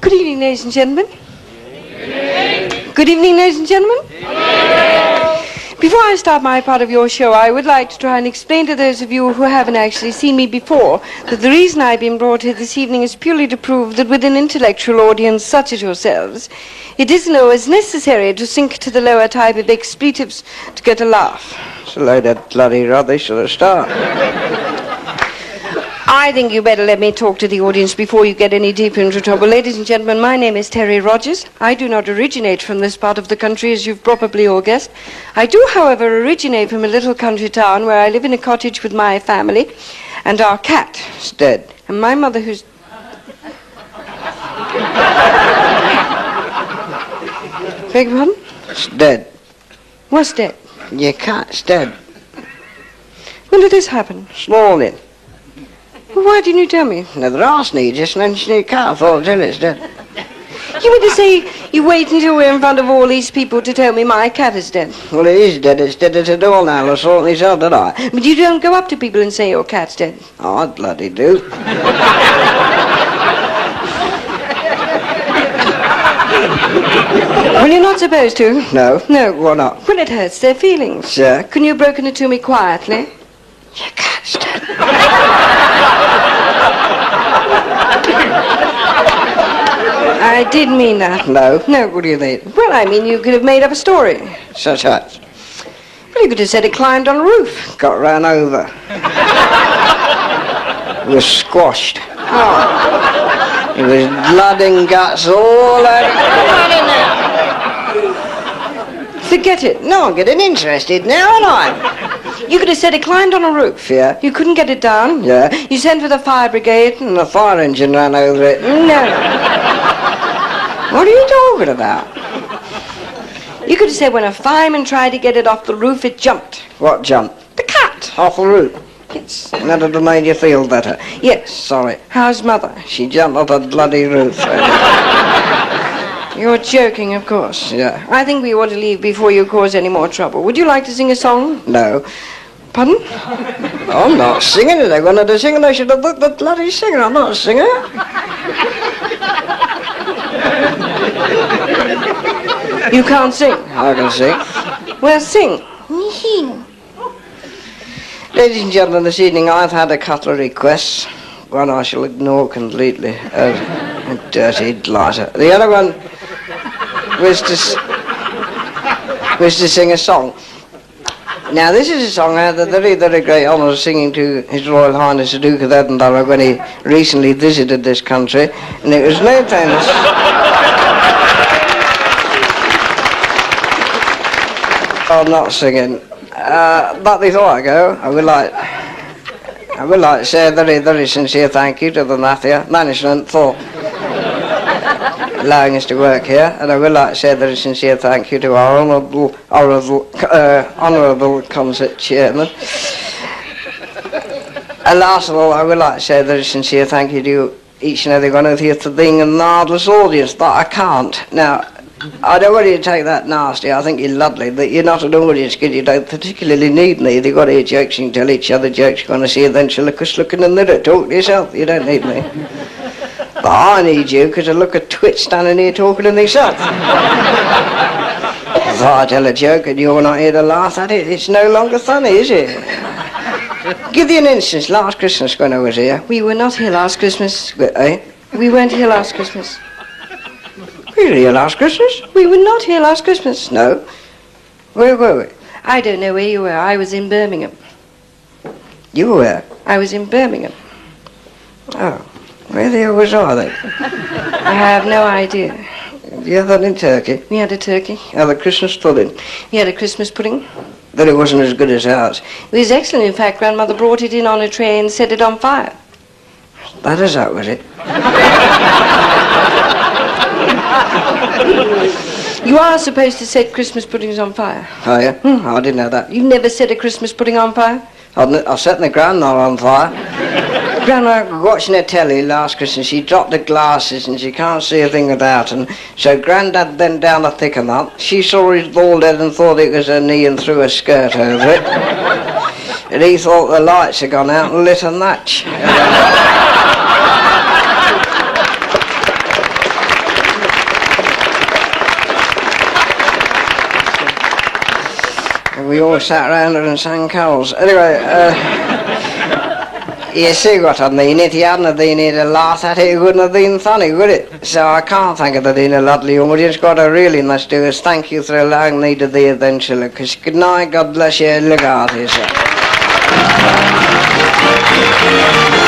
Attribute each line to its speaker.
Speaker 1: Good evening, ladies and gentlemen. Good evening, ladies and gentlemen. Before I start my part of your show, I would like to try and explain to those of you who haven't actually seen me before that the reason I've been brought here this evening is purely to prove that with an intellectual audience such as yourselves, it isn't always necessary to sink to the lower type of expletives to get a laugh.
Speaker 2: So load that bloody rubbish at the start.
Speaker 1: I think you better let me talk to the audience before you get any deeper into trouble. Ladies and gentlemen, my name is Terry Rogers. I do not originate from this part of the country, as you've probably all guessed. I do, however, originate from a little country town where I live in a cottage with my family and our cat,
Speaker 2: It's dead.
Speaker 1: and my mother, who's. Beg your pardon?
Speaker 2: It's dead.
Speaker 1: Was dead.
Speaker 2: Your cat's dead.
Speaker 1: When did this happen?
Speaker 2: This morning.
Speaker 1: Well, why didn't you tell me?
Speaker 2: Now the last need just mentioned your cat. I thought I'd tell you it's dead.
Speaker 1: You mean to say you wait until we're in front of all these people to tell me my cat is dead?
Speaker 2: Well, it is dead. It's dead at the door now. I saw it myself, did I?
Speaker 1: But you don't go up to people and say your cat's dead.
Speaker 2: Oh, I bloody do.
Speaker 1: Well, you're not supposed to.
Speaker 2: No.
Speaker 1: No.
Speaker 2: Why not?
Speaker 1: Well, it hurts their feelings.
Speaker 2: Sir?
Speaker 1: Couldn't you have broken it to me quietly?
Speaker 2: Your cat's dead.
Speaker 1: I did mean that.
Speaker 2: No.
Speaker 1: No, what do you mean? Well, I mean you could have made up a story.
Speaker 2: Such as.
Speaker 1: Well, you could have said it climbed on a roof.
Speaker 2: Got run over. was squashed. Oh. It was blood and guts all over.
Speaker 1: Forget it.
Speaker 2: No, I'm getting interested now, and I?
Speaker 1: You could have said it climbed on a roof.
Speaker 2: Yeah.
Speaker 1: You couldn't get it down.
Speaker 2: Yeah.
Speaker 1: You sent for the fire brigade.
Speaker 2: And the Hmm, fire engine ran over it.
Speaker 1: No.
Speaker 2: What are you talking about?
Speaker 1: You could have said when a fireman tried to get it off the roof, it jumped.
Speaker 2: What jump?
Speaker 1: The cat.
Speaker 2: Off the roof.
Speaker 1: Yes.
Speaker 2: That'd have made you feel better.
Speaker 1: Yes.
Speaker 2: Sorry.
Speaker 1: How's mother?
Speaker 2: She jumped off a bloody roof.
Speaker 1: You're joking, of course.
Speaker 2: yeah.
Speaker 1: I think we ought to leave before you cause any more trouble. Would you like to sing a song?
Speaker 2: No.
Speaker 1: Pardon?
Speaker 2: I'm not singing it. I wanted to sing it. I should have booked the bloody singer. I'm not a singer.
Speaker 1: You can't sing.
Speaker 2: I can sing.
Speaker 1: Well, sing.
Speaker 2: Ladies and gentlemen, this evening I've had a couple of requests. One I shall ignore completely. A, a dirty blighter. The other one was to, s- was to sing a song. Now, this is a song I had the very, very great honour of singing to His Royal Highness the Duke of Edinburgh when he recently visited this country, and it was no offence. I'm not singing, uh, but before I go, I would like. I would like to say a very, very sincere thank you to the Mafia management for allowing us to work here, and I would like to say a very sincere thank you to our honourable, honourable, uh, honourable concert chairman. And last of all, I would like to say a very sincere thank you to each and every one of you for being a marvellous audience, but I can't. Now, I don't want you to take that nasty. I think you're lovely, but you're not an audience kid. You don't particularly need me. They've got to hear jokes and tell each other jokes. You're going to see you, then she'll look us looking in the mirror. Talk to yourself. You don't need me. But I need you because I look a twit standing here talking to myself. if I tell a joke and you're not here to laugh at it, it's no longer funny, is it? Give you an instance. Last Christmas when I was here,
Speaker 1: We were not here last Christmas.
Speaker 2: but, eh?
Speaker 1: We weren't here last Christmas.
Speaker 2: Were you here last Christmas?
Speaker 1: We were not here last Christmas.
Speaker 2: No. Where were we?
Speaker 1: I don't know where you were. I was in Birmingham.
Speaker 2: You were there.
Speaker 1: I was in Birmingham.
Speaker 2: Oh. Where the hell was I then?
Speaker 1: I have no idea.
Speaker 2: You had that in Turkey.
Speaker 1: We had a turkey.
Speaker 2: Had the Christmas pudding.
Speaker 1: We had a Christmas pudding.
Speaker 2: But it wasn't as good as ours.
Speaker 1: It was excellent. In fact, Grandmother brought it in on a tray and set it on fire.
Speaker 2: That is that, was it?
Speaker 1: You are supposed to set Christmas puddings on fire.
Speaker 2: Oh, yeah? I didn't know that.
Speaker 1: You've never set a Christmas pudding on fire?
Speaker 2: I kn- I set the grandma on fire. grandma was watching her telly last Christmas. She dropped her glasses and she can't see a thing without 'em. So Grandad bent down to pick 'em up. She saw his bald head and thought it was her knee and threw a skirt over it. and he thought the lights had gone out and lit a match. and we all sat round her and sang carols. Anyway, uh, you see what I mean. If you hadn't have been here to laugh at it, it wouldn't have been funny, would it? So I can't thank her for being a lovely woman. Just what I really must do is thank you for allowing me to be a venturer. Because good night, God bless you, look after yourself.